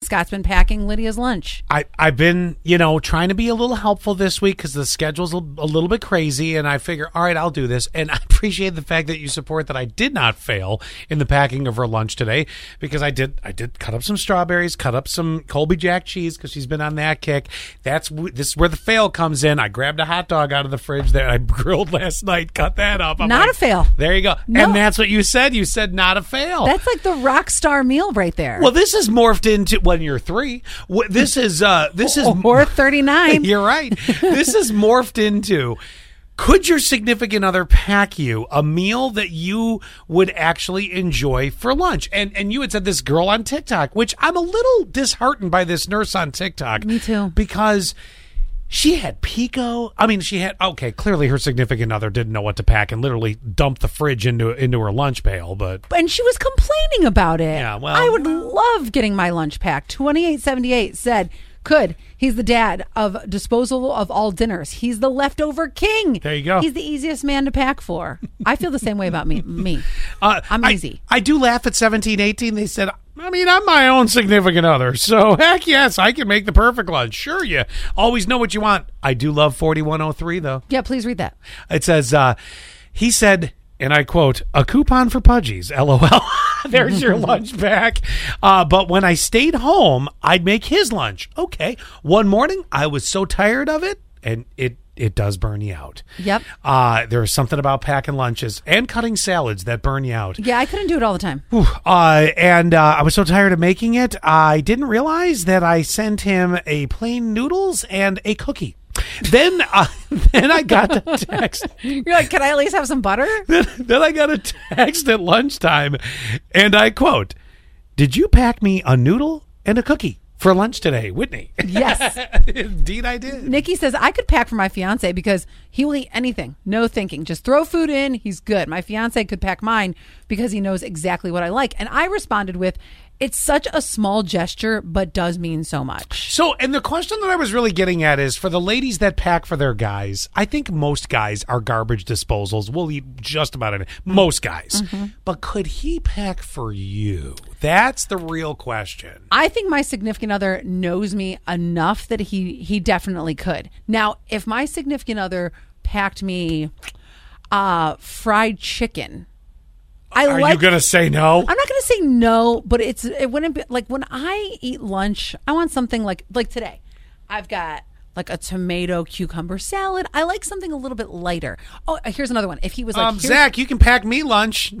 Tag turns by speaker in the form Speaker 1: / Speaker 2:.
Speaker 1: Scott's been packing Lydia's lunch.
Speaker 2: I, I've been, you know, trying to be a little helpful this week because the schedule's a, a little bit crazy. And I figure, all right, I'll do this. And I appreciate the fact that you support that I did not fail in the packing of her lunch today because I did, I did cut up some strawberries, cut up some Colby Jack cheese because she's been on that kick. That's w- this is where the fail comes in. I grabbed a hot dog out of the fridge that I grilled last night, cut that up. I'm
Speaker 1: Not
Speaker 2: like,
Speaker 1: a fail.
Speaker 2: There you go.
Speaker 1: No.
Speaker 2: And that's what you said. You said not a fail.
Speaker 1: That's like the rock star meal right there.
Speaker 2: Oh. well, this is morphed into when you're three. Wh- This is uh, this is
Speaker 1: or 39.
Speaker 2: You're right. This is morphed into could your significant other pack you a meal that you would actually enjoy for lunch? And and you had said this girl on TikTok, which I'm a little disheartened by this nurse on TikTok.
Speaker 1: Me too.
Speaker 2: Because she had pico. I mean, she had okay. Clearly, her significant other didn't know what to pack and literally dumped the fridge into into her lunch pail. But
Speaker 1: and she was complaining about it.
Speaker 2: Yeah, well-
Speaker 1: I would love getting my lunch packed. 2878 said, could. He's the dad of disposal of all dinners. He's the leftover king.
Speaker 2: There you go.
Speaker 1: He's the easiest man to pack for. I feel the same way about me. Me.
Speaker 2: Uh,
Speaker 1: I'm
Speaker 2: I-
Speaker 1: easy.
Speaker 2: I do laugh at 17, 18. They said, I mean, I'm my own significant other. So, heck yes, I can make the perfect lunch. Sure, you always know what you want. I do love 4103, though.
Speaker 1: Yeah, please read that.
Speaker 2: It says, uh, he said, and I quote, a coupon for Pudgies, lol. There's your lunch back. Uh, but when I stayed home, I'd make his lunch. Okay. One morning, I was so tired of it, and it, it does burn you out.
Speaker 1: Yep.
Speaker 2: Uh, there's something about packing lunches and cutting salads that burn you out.
Speaker 1: Yeah, I couldn't do it all the time.
Speaker 2: Whew. Uh, and uh, I was so tired of making it, I didn't realize that I sent him a plain noodles and a cookie. Then, uh, then I got a text.
Speaker 1: You're like, can I at least have some butter?
Speaker 2: Then, then I got a text at lunchtime, and I quote, "Did you pack me a noodle and a cookie for lunch today, Whitney?"
Speaker 1: Yes.
Speaker 2: Indeed, I did.
Speaker 1: Nikki says, I could pack for my fiance because he will eat anything. No thinking. Just throw food in. He's good. My fiance could pack mine because he knows exactly what I like. And I responded with, It's such a small gesture, but does mean so much.
Speaker 2: So, and the question that I was really getting at is for the ladies that pack for their guys, I think most guys are garbage disposals. We'll eat just about it. Most guys.
Speaker 1: Mm-hmm.
Speaker 2: But could he pack for you? That's the real question.
Speaker 1: I think my significant other knows me enough that he he definitely could. Now, if my significant other packed me uh fried chicken, I
Speaker 2: Are
Speaker 1: like
Speaker 2: you going to say no? Um,
Speaker 1: I'm not going to say no, but it's it wouldn't be like when I eat lunch, I want something like like today. I've got like a tomato cucumber salad. I like something a uh, little bit lighter. Oh, here's another one. If he was like
Speaker 2: um,
Speaker 1: here's-
Speaker 2: Zach, you can pack me lunch.